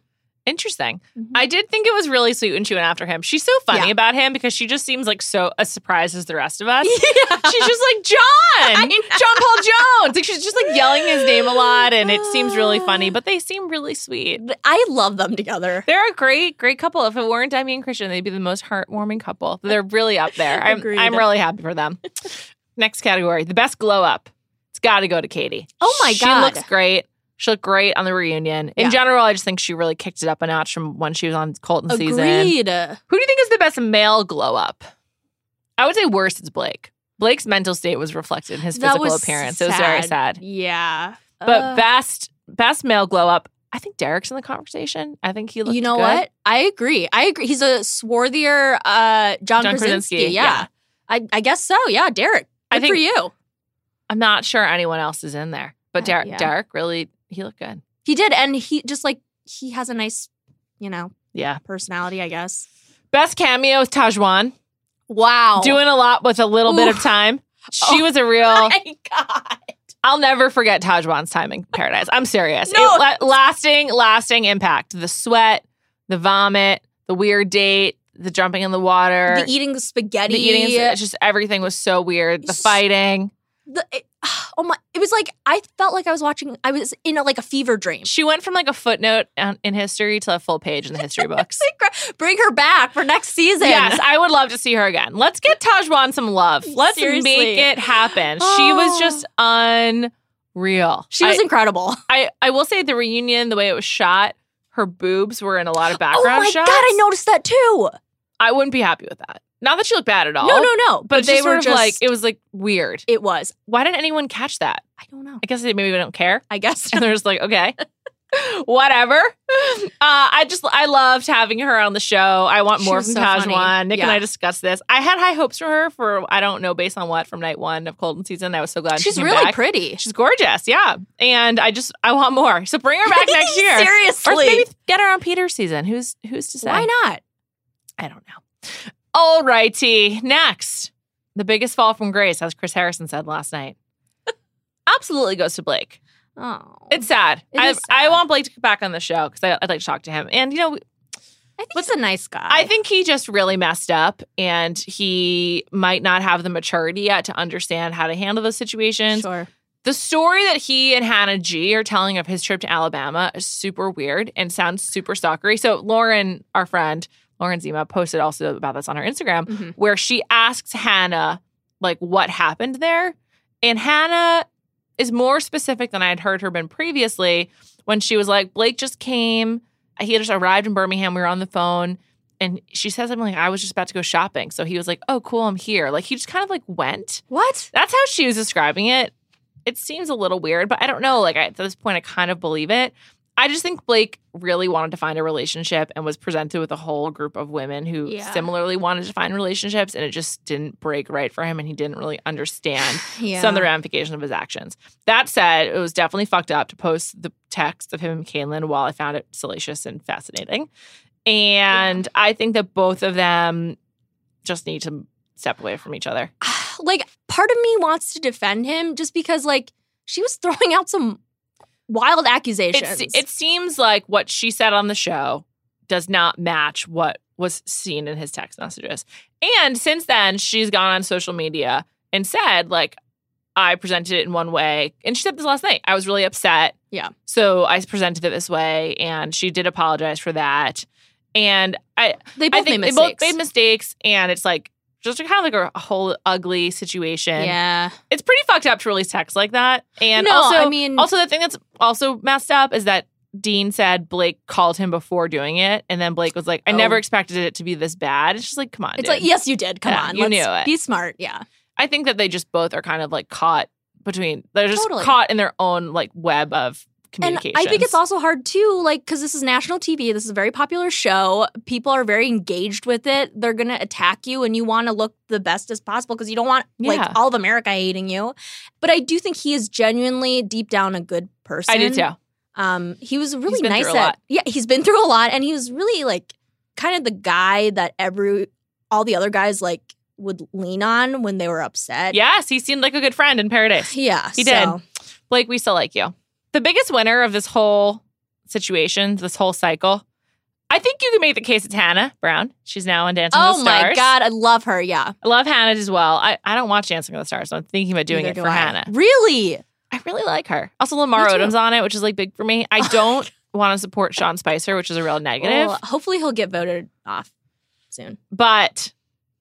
S1: Interesting. I did think it was really sweet when she went after him. She's so funny
S2: Yeah.
S1: about him because she just seems like so as surprised as the rest of us.
S2: [LAUGHS] yeah.
S1: she's just like John,
S2: [LAUGHS] I know.
S1: [LAUGHS] John Paul Jones. Like she's just like yelling his name a lot, and it seems really funny.
S2: [GASPS]
S1: But they seem really sweet.
S2: I love them together.
S1: They're a great, great couple. If it weren't Demi and Christian, they'd be the most heartwarming couple. They're really up there. I'm,
S2: Agreed.
S1: I'm really happy for
S2: [LAUGHS]
S1: them. Next category, the best glow up. It's got to go to Katie.
S2: Oh my
S1: she
S2: God.
S1: looks great. She looked great on the reunion. In
S2: Yeah.
S1: general, I just think she really kicked it up a notch from when she was on Colton season.
S2: Agreed.
S1: Who do you think is the best male glow up? I would say worst is Blake. Blake's mental state was reflected in his
S2: That
S1: physical
S2: was
S1: appearance. It was very
S2: sad.
S1: sad.
S2: Yeah,
S1: But
S2: Uh,
S1: best best male glow up, I think Derek's in the conversation. I think he looked
S2: you know
S1: good.
S2: what? I agree. I agree. He's a swarthier uh, John,
S1: John
S2: Krasinski.
S1: Krasinski,
S2: Yeah.
S1: yeah.
S2: I, I guess so. Yeah, Derek.
S1: I
S2: Good
S1: think-
S2: for you.
S1: I'm not sure anyone else is in there. But
S2: Uh,
S1: Derek
S2: yeah.
S1: Derek really he looked good.
S2: He did, and he just like he has a nice, you know,
S1: Yeah.
S2: personality. I guess.
S1: Best cameo is Tajwan.
S2: Wow. Oh. [LAUGHS]
S1: Doing a lot with a little bit of
S2: Oof.
S1: time.
S2: Oh.
S1: She was a real.
S2: My God.
S1: I'll never forget Tajwan's time in paradise. I'm serious.
S2: No.
S1: It la- lasting, lasting impact. The sweat, the vomit, the weird date, the jumping in the water,
S2: The eating spaghetti.
S1: the eating. it's Just everything was so weird. The
S2: It's-
S1: fighting.
S2: the, it, [SIGHS] oh my! It was like I felt like I was watching. I was in a, like a fever
S1: [LAUGHS]
S2: dream.
S1: She went from like a footnote on- in history to a full page in the
S2: [LAUGHS]
S1: history books.
S2: Bring her back for next season.
S1: Yes, I would love to see her again. Let's get Tajwan some love. Let's
S2: Seriously.
S1: make it
S2: [GASPS]
S1: happen. She was just unreal.
S2: she was
S1: I,
S2: incredible. [LAUGHS]
S1: I, I will say the reunion, the way it was shot, her boobs were in a lot of
S2: Oh
S1: background
S2: my
S1: shots.
S2: god! I noticed that too.
S1: I wouldn't be happy with that. Not that she looked bad at all.
S2: No, no, no.
S1: But,
S2: it's
S1: they
S2: just
S1: were
S2: sort of
S1: just, like, it was like weird.
S2: it was.
S1: Why didn't anyone catch that?
S2: I don't know.
S1: I guess they maybe don't care.
S2: I guess.
S1: [LAUGHS]
S2: [LAUGHS]
S1: And they're just like, okay, whatever. Uh, I just, I loved having her on the show. I want
S2: She
S1: more
S2: was
S1: from
S2: so
S1: Tajwan.
S2: funny.
S1: Nick and
S2: Yeah.
S1: I discussed this. I had high hopes for her for, I don't know, based on what from night one of Colton season. I was so glad she
S2: She's
S1: came
S2: really
S1: back.
S2: pretty.
S1: She's gorgeous. Yeah. And I just, I want more. So bring her back
S2: [LAUGHS]
S1: next year.
S2: Seriously.
S1: Or maybe get her on Peter's season. Who's, who's to say?
S2: Why not?
S1: I don't know. All righty. Next, the biggest fall from grace, as Chris Harrison said last night, [LAUGHS] absolutely goes to Blake.
S2: Oh,
S1: It's sad.
S2: It
S1: I,
S2: is
S1: I
S2: sad.
S1: want Blake to come back on the show because I'd like to talk to him. And, you know,
S2: I think he's a nice guy.
S1: I think he just really messed up and he might not have the maturity yet to understand how to handle those situations.
S2: sure.
S1: The story that he and Hannah G are telling of his trip to Alabama is super weird and sounds super stalkery. So, Lauren, our friend, Lauren Zima, posted also about this on her Instagram
S2: Mhm.
S1: where she asks Hannah like what happened there. And Hannah is more specific than I had heard her been previously when she was like, Blake just came. He just arrived in Birmingham. We were on the phone. And she says something like, I was just about to go shopping. So he was like, Oh, cool, I'm here. Like he just kind of like went.
S2: What?
S1: That's how she was describing it. It seems a little weird, but I don't know. Like at this point, I kind of believe it. I just think Blake really wanted to find a relationship and was presented with a whole group of women who
S2: Yeah.
S1: similarly wanted to find relationships, and it just didn't break right for him, and he didn't really understand
S2: Yeah.
S1: some of the ramifications of his actions. That said, it was definitely fucked up to post the text of him and Caitlin while I found it salacious and fascinating. And I think that both of them just need to step away from each other.
S2: [SIGHS] like part of me wants to defend him just because like she was [LAUGHS] throwing out some wild accusations.
S1: It, se- it seems like what she said on the show does not match what was seen in his text messages. And since then, she's gone on social media and said, like, I presented it in one way. And she said this last night. I was really upset.
S2: Yeah.
S1: So I presented it this way. And she did apologize for that. And I,
S2: they
S1: I think
S2: both made
S1: they
S2: mistakes.
S1: both made mistakes. And it's like, just kind of like a- a whole ugly situation.
S2: yeah.
S1: It's pretty fucked up to release texts like that. And
S2: no,
S1: also,
S2: I mean,
S1: also, the thing that's also messed up is that Dean said Blake called him before doing it, and then Blake was like, "I
S2: Oh.
S1: never expected it to be this bad." It's just like, come on,
S2: it's
S1: dude.
S2: like yes, you did. Come
S1: Yeah,
S2: on,
S1: you
S2: let's
S1: knew it.
S2: be smart. Yeah,
S1: I think that they just both are kind of like caught between. They're just
S2: Totally.
S1: caught in their own like web of
S2: and
S1: communication.
S2: I think it's also hard too, like because this is national TV. This is a very popular show. People are very engaged with it. They're gonna attack you, and you want to look the best as possible because you don't want
S1: Yeah.
S2: like all of America hating you. But I do think he is genuinely deep down a good person.
S1: I do too.
S2: Um, he was really
S1: been
S2: nice
S1: through a
S2: at
S1: lot.
S2: yeah. He's been through a lot, and he was really like kind of the guy that every all the other guys like would lean on when they were upset.
S1: Yes, he seemed like a good friend in paradise.
S2: yeah,
S1: He
S2: so.
S1: Blake, we still like you. The biggest winner of this whole situation, this whole cycle, I think you can make the case it's Hannah Brown. She's now on Dancing with
S2: Oh
S1: the
S2: my
S1: Stars.
S2: god, I love her. Yeah,
S1: I love Hannah as well. I, I don't watch Dancing with the Stars, so I'm thinking about doing
S2: Neither
S1: it
S2: do
S1: for
S2: I.
S1: Hannah.
S2: Really?
S1: I really like her. Also, Lamar
S2: Me too. Oh
S1: Odom's on it, which is like big for me.
S2: [LAUGHS]
S1: I don't want to support Sean Spicer, which is a real negative,
S2: Well, hopefully he'll get voted off soon.
S1: but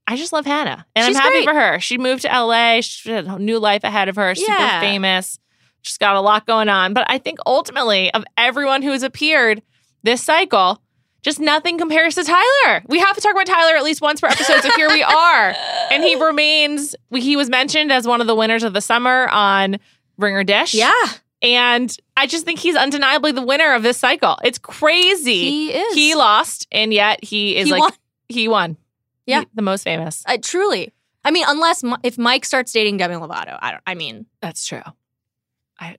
S1: I just love Hannah and
S2: She's
S1: I'm happy
S2: great.
S1: for her. She moved to LA, she had a new life ahead of her, super
S2: Yeah.
S1: famous. She's got a lot going on. But I think ultimately, of everyone who has appeared this cycle, just nothing compares to Tyler. We have to talk about Tyler at least once per episode. So here
S2: [LAUGHS]
S1: we are. And he remains, he was mentioned as one of the winners of the summer on Ringer Dish.
S2: yeah,
S1: And I just think he's undeniably the winner of this cycle. It's crazy.
S2: he is.
S1: lost, and yet he is
S2: He
S1: like
S2: won.
S1: he won.
S2: Yeah.
S1: He- the most famous.
S2: I, truly. I mean, unless Mi- if Mike starts dating Demi Lovato, I don't. I mean,
S1: That's true. I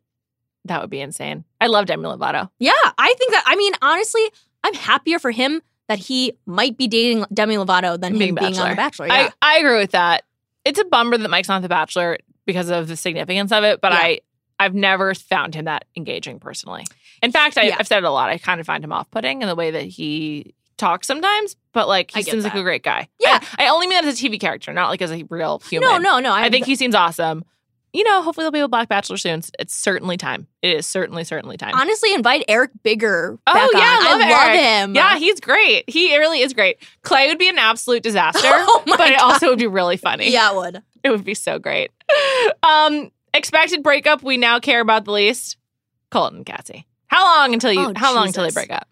S1: that would be insane. I love Demi Lovato.
S2: yeah, I think that. I mean, honestly, I'm happier for him that he might be dating Demi Lovato than
S1: Being
S2: him being on
S1: Bachelor.
S2: The Bachelor. Yeah.
S1: I, I agree with that. it's a bummer that Mike's not the bachelor because of the significance of it, but
S2: Yeah.
S1: I I've never found him that engaging personally. In fact, I,
S2: Yeah.
S1: I've said it a lot. I kind of find him off-putting in the way that he talks sometimes, but like
S2: I
S1: he
S2: get
S1: seems like
S2: that.
S1: a great guy.
S2: Yeah.
S1: I, I only mean that as a TV character, not like as a real human.
S2: No, no, no.
S1: I think he seems awesome. You know, hopefully there'll be a Black Bachelor soon. It's- It's certainly time. It is certainly, certainly time.
S2: honestly invite Eric Bigger.
S1: Oh,
S2: back
S1: yeah,
S2: on.
S1: I love Eric.
S2: him.
S1: yeah,
S2: [LAUGHS]
S1: he's great. He really is great. Clay would be an absolute disaster,
S2: [LAUGHS] Oh my
S1: but it also would be really funny.
S2: yeah, it would.
S1: [LAUGHS] It would be so great. Um, expected breakup we now care about the least. Colton and Cassie. How long until you
S2: Oh,
S1: how long until they
S2: Jesus.
S1: break up?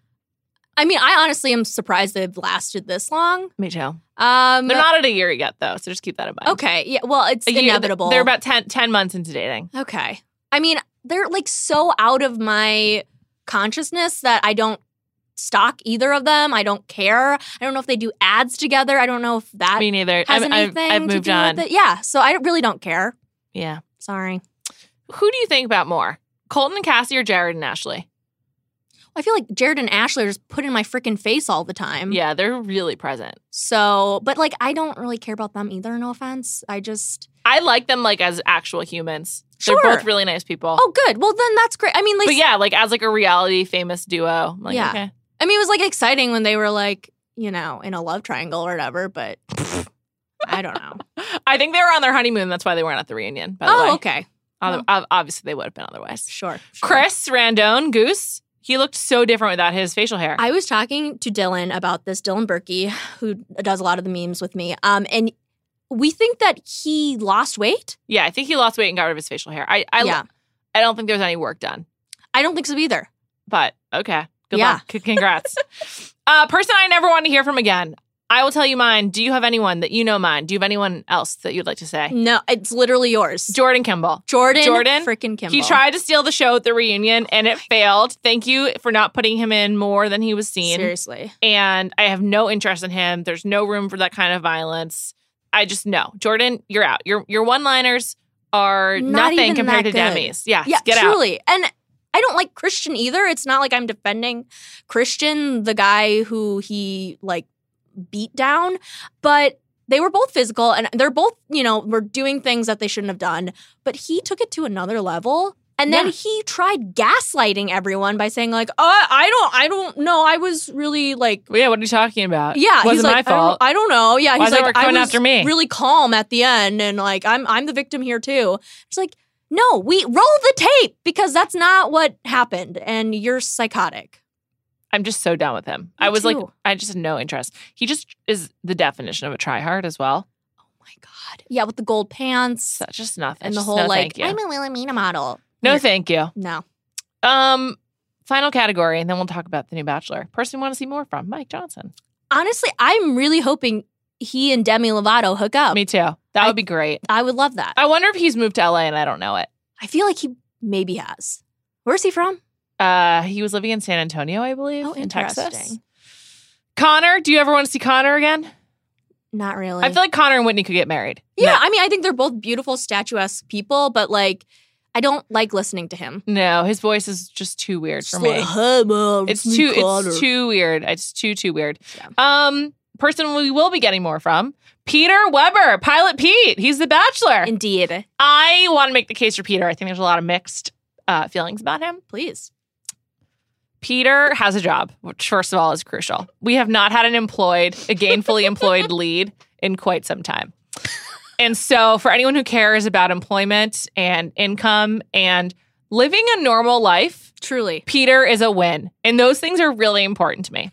S2: I mean, I honestly am surprised they've lasted this long.
S1: Me too.
S2: Um,
S1: They're not at a year yet though, so just keep that in mind.
S2: okay. Yeah. Well, it's
S1: A year-
S2: inevitable.
S1: They're about 10, 10 months into dating.
S2: okay. I mean, they're like so out of my consciousness that I don't stock either of them. I don't care. I don't know if they do ads together. I don't know if that
S1: Me neither.
S2: has
S1: I'm- I'm-
S2: anything
S1: I've moved
S2: to do
S1: on.
S2: with it. Yeah. So I really don't care.
S1: Yeah.
S2: Sorry.
S1: Who do you think about more? Colton and Cassie or Jared and Ashley?
S2: I feel like Jared and Ashley are just put in my freaking face all the time.
S1: Yeah, they're really present.
S2: So, but like, I don't really care about them either. No offense. I just.
S1: I like them like as actual humans. They're
S2: Sure.
S1: both really nice people.
S2: Oh, good. Well, then that's great. I mean, like,
S1: but yeah, like as like a reality famous duo. I'm Like,
S2: Yeah.
S1: okay.
S2: I mean, it was like exciting when they were like, you know, in a love triangle or whatever.
S1: [LAUGHS]
S2: But I don't know.
S1: I think they were on their honeymoon. That's why they weren't at the reunion. [LAUGHS] By the way,
S2: oh, okay.
S1: Other- ob- obviously they would have been otherwise.
S2: Sure. sure.
S1: Chris Randone Goose. He looked so different without his facial hair.
S2: I was talking to Dylan about this, Dylan Berkey, who does a lot of the memes with me. Um, and we think that he lost weight.
S1: yeah, I think he lost weight and got rid of his facial hair. I I,
S2: yeah.
S1: I don't think there was any work done.
S2: I don't think so either.
S1: But okay. Good
S2: Yeah.
S1: luck. C-
S2: [LAUGHS]
S1: Congrats. uh, person I never want to hear from again. I will tell you mine. Do you have anyone that you know mine? Do you have anyone else that you'd like to say?
S2: No, it's literally yours.
S1: Jordan Kimball.
S2: Jordan,
S1: Jordan,
S2: freaking Mm. Kimball. Oh
S1: He tried to steal the show at the reunion and it failed. Thank you for not putting him in more than he was seen.
S2: Seriously.
S1: And I have no interest in him. There's no room for that kind of violence. I just know. Jordan, you're out. Your your one-liners are
S2: Not
S1: nothing
S2: even
S1: compared to
S2: that good.
S1: Demi's. Yes,
S2: Yeah,
S1: get out.
S2: truly. And I don't like Christian either. It's not like I'm defending Christian, the guy who he like beat down, but they were both physical and they're both, you know, were doing things that they shouldn't have done. But he took it to another level. And then
S1: Yeah.
S2: he tried gaslighting everyone by saying like, "Oh, I don't, I don't know. I was really like,
S1: Yeah, what are you talking about?
S2: yeah."
S1: Uh, wasn't
S2: he's like,
S1: my fault.
S2: I don't, I don't know. Yeah,
S1: Why
S2: he's
S1: is
S2: like,
S1: everyone coming
S2: I was
S1: after me?
S2: really calm at the end, and like, I'm I'm the victim here too. It's like, no, we roll the tape because that's not what happened, and you're psychotic.
S1: I'm just so done with him.
S2: Me
S1: I was like,
S2: too.
S1: I just had no interest. He just is the definition of a tryhard as well.
S2: Oh my god. Yeah, with the gold pants
S1: So just nothing.
S2: and the
S1: Just
S2: whole
S1: no,
S2: like,
S1: thank you.
S2: I'm a Wilhelmina model.
S1: no, thank you.
S2: No.
S1: Um, final category, and then we'll talk about the new Bachelor. Person you want to see more from Mike Johnson.
S2: Honestly, I'm really hoping he and Demi Lovato hook up.
S1: Me too. That
S2: Oh. I-
S1: would be great.
S2: I would love that.
S1: I wonder if he's moved to LA and I don't know it.
S2: I feel like he maybe has. Where's he from?
S1: Uh, he was living in San Antonio, I believe,
S2: Oh,
S1: in Texas.
S2: interesting.
S1: Connor, do you ever want to see Connor again?
S2: Not really.
S1: I feel like Connor and Whitney could get married.
S2: Yeah, I mean, I think they're both beautiful, statuesque people, but like, I don't like listening to him.
S1: No, no, his voice is just too weird for
S2: Just
S1: me.
S2: like, "Hey, mom,
S1: It's
S2: me,
S1: too.
S2: Connor."
S1: It's too weird. It's too too weird.
S2: Yeah.
S1: Um, person we will be getting more from Peter Weber, Pilot Pete. He's the Bachelor.
S2: Indeed,
S1: I want to make the case for Peter. I think there's a lot of mixed uh, feelings about him.
S2: please.
S1: Peter has a job, which first of all is crucial. We have not had an employed, a gainfully
S2: [LAUGHS]
S1: employed lead in quite some time. And so, for anyone who cares about employment and income and living a normal life,
S2: Truly,
S1: Peter is a win. And those things are really important to
S2: [LAUGHS]
S1: me.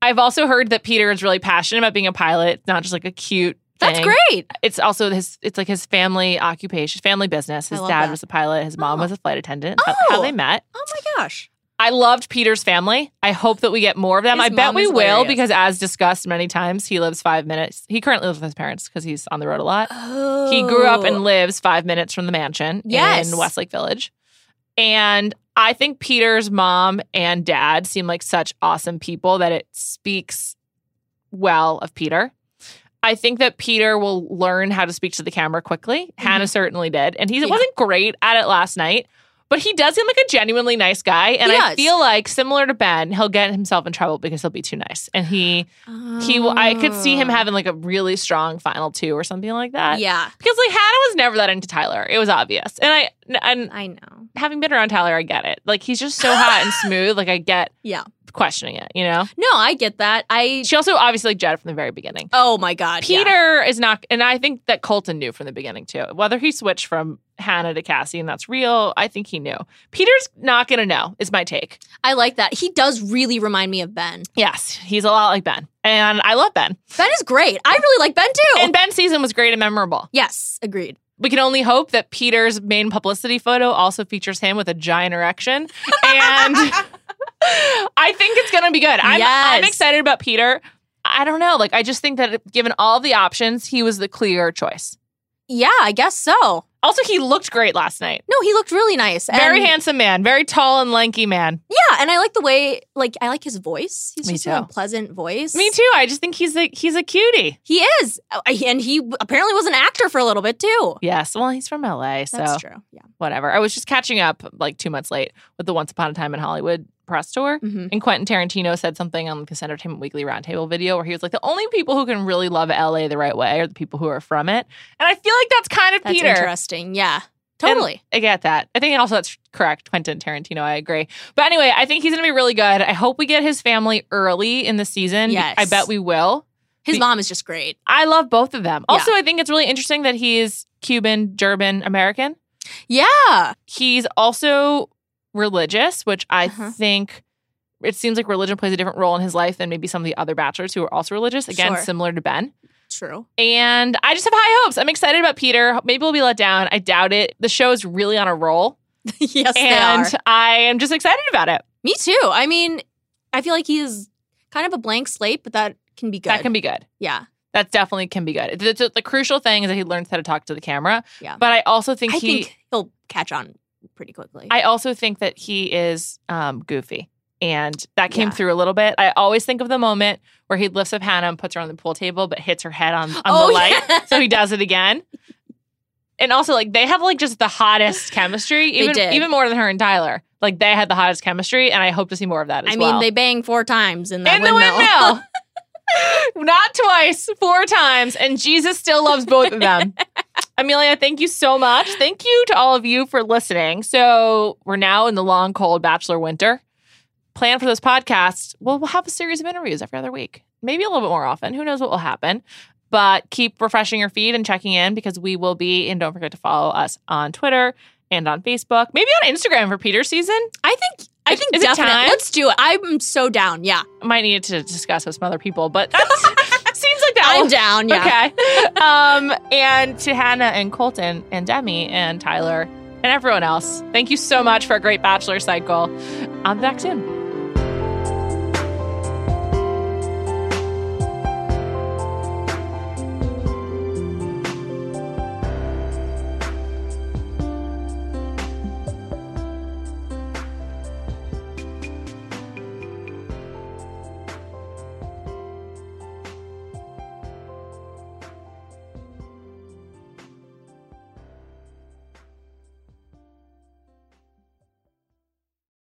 S1: I've also heard that Peter is really passionate about being a pilot. It's not just like a cute
S2: that's
S1: thing.
S2: great.
S1: It's also his it's like his family occupation, family business.
S2: I
S1: His
S2: love
S1: dad
S2: that.
S1: was a pilot, his mom
S2: Oh.
S1: was a flight attendant. That's how
S2: Oh.
S1: they met.
S2: Oh my gosh,
S1: I loved Peter's family. I hope that we get more of them.
S2: His
S1: I bet
S2: mom
S1: we
S2: is
S1: will
S2: hilarious.
S1: because as discussed many times, he lives 5 minutes. He currently lives with his parents because he's on the road a lot.
S2: oh,
S1: He grew up and lives five minutes from the mansion
S2: Yes.
S1: in Westlake Village. And I think Peter's mom and dad seem like such awesome people that it speaks well of Peter. I think that Peter will learn how to speak to the camera quickly. Hannah certainly did. And he
S2: Mm-hmm. Yeah.
S1: wasn't great at it last night, But he does seem like a genuinely nice guy. And
S2: He
S1: I
S2: does.
S1: feel like similar to Ben, he'll get himself in trouble because he'll be too nice. And he he will I could see him
S2: Oh.
S1: having like a really strong final two or something like that.
S2: Yeah,
S1: Because like Hannah was never that into Tyler. It was obvious. And I and
S2: I know.
S1: having been around Tyler, I get it. Like he's just so hot
S2: [LAUGHS]
S1: and smooth. Like I get
S2: Yeah.
S1: questioning it, you know?
S2: No, I get that. I
S1: She also obviously liked Jed from the very beginning.
S2: oh my god, yeah.
S1: Peter is not, and I think that Colton knew from the beginning too. Whether he switched from Hannah to Cassie, and that's real, I think he knew. Peter's not gonna know, is my take.
S2: I like that. He does really remind me of Ben.
S1: Yes, he's a lot like Ben. And I love Ben.
S2: Ben is great. I really like Ben too.
S1: And Ben's season was great and memorable.
S2: yes,
S1: [LAUGHS]
S2: agreed.
S1: We can only hope that Peter's main publicity photo also features him with a giant
S2: [LAUGHS]
S1: erection. And I think it's going to be good. I'm, I'm
S2: Yes.
S1: excited about Peter. I don't know. Like, I just think that given all the options, he was the clear choice.
S2: Yeah, I guess so. No,
S1: Also, he looked great last night.
S2: he looked really nice.
S1: Very
S2: and,
S1: handsome man, very tall and lanky man.
S2: Yeah, and I like the way, like, I like his voice. He's
S1: Me
S2: just got a
S1: too.
S2: pleasant voice.
S1: Me too. I just think he's a he's a cutie.
S2: He is, Oh, I- and he apparently was an actor for a little bit too.
S1: Yes. Well, he's from LA, so
S2: That's true. Yeah.
S1: whatever. I was just catching up like two months late with the Once Upon a Time in Hollywood press tour.
S2: hmm
S1: And Quentin Tarantino said something on this Entertainment Weekly roundtable video where he was like, the only people who can really love LA the right way are the people who are from it. And I feel like that's kind of
S2: That's
S1: Peter.
S2: interesting. Yeah, totally.
S1: I get that. I think also that's correct, Quentin Tarantino. I agree. But anyway, I think he's going to be really good. I hope we get his family early in the season.
S2: Yes.
S1: I bet we will.
S2: His
S1: we-
S2: mom is just great.
S1: I love both of them. Also, I think it's really interesting that he is Cuban, German, American.
S2: Yeah,
S1: He's also religious, which I
S2: Uh-huh.
S1: think it seems like religion plays a different role in his life than maybe some of the other bachelors who are also religious. Again,
S2: Sure.
S1: similar to Ben.
S2: true.
S1: And I just have high hopes. I'm excited about Peter. Maybe we'll be let down. I doubt it. The show is really on a roll,
S2: [LAUGHS] yes, they are.
S1: and I am just excited about it.
S2: Me too. I mean, I feel like he is kind of a blank slate, but that can be good.
S1: That can be good.
S2: yeah.
S1: That definitely can be good. The, the- the crucial thing is that he learns how to talk to the camera.
S2: Yeah.
S1: But I also think
S2: I
S1: he.
S2: think he'll catch on pretty quickly.
S1: I also think that he is um, goofy. And that came
S2: Yeah.
S1: through a little bit. I always think of the moment where he lifts up Hannah and puts her on the pool table, but hits her head on, on
S2: [LAUGHS]
S1: the light.
S2: Oh, yeah.
S1: So he does it again. And also, like, they have like just the hottest chemistry, even
S2: did.
S1: even more than her and Tyler. Like, they had the hottest chemistry, and I hope to see more of that as
S2: I
S1: well.
S2: mean, they bang four times in the
S1: in the
S2: windmill.
S1: windmill. [LAUGHS] Not twice, four times, and Jesus still loves both of
S2: [LAUGHS]
S1: them. Amelia, thank you so much. Thank you to all of you for listening. So we're now in the long, cold bachelor winter. Plan for those podcasts. Well, we'll have a series of interviews every other week, maybe a little bit more often. Who knows what will happen? But keep refreshing your feed and checking in because we will be. And don't forget to follow us on Twitter and on Facebook, maybe on Instagram for Peter's season.
S2: I think. [LAUGHS] I think
S1: Is it
S2: definitely.
S1: time?
S2: Let's do it. I'm so down. Yeah,
S1: might need to discuss with some other people, but that [LAUGHS] seems like that.
S2: I'm
S1: will-
S2: down. Yeah.
S1: Okay. Um, and to Hannah and Colton and Demi and Tyler and everyone else, thank you so much for a great Bachelor cycle. I'm back soon.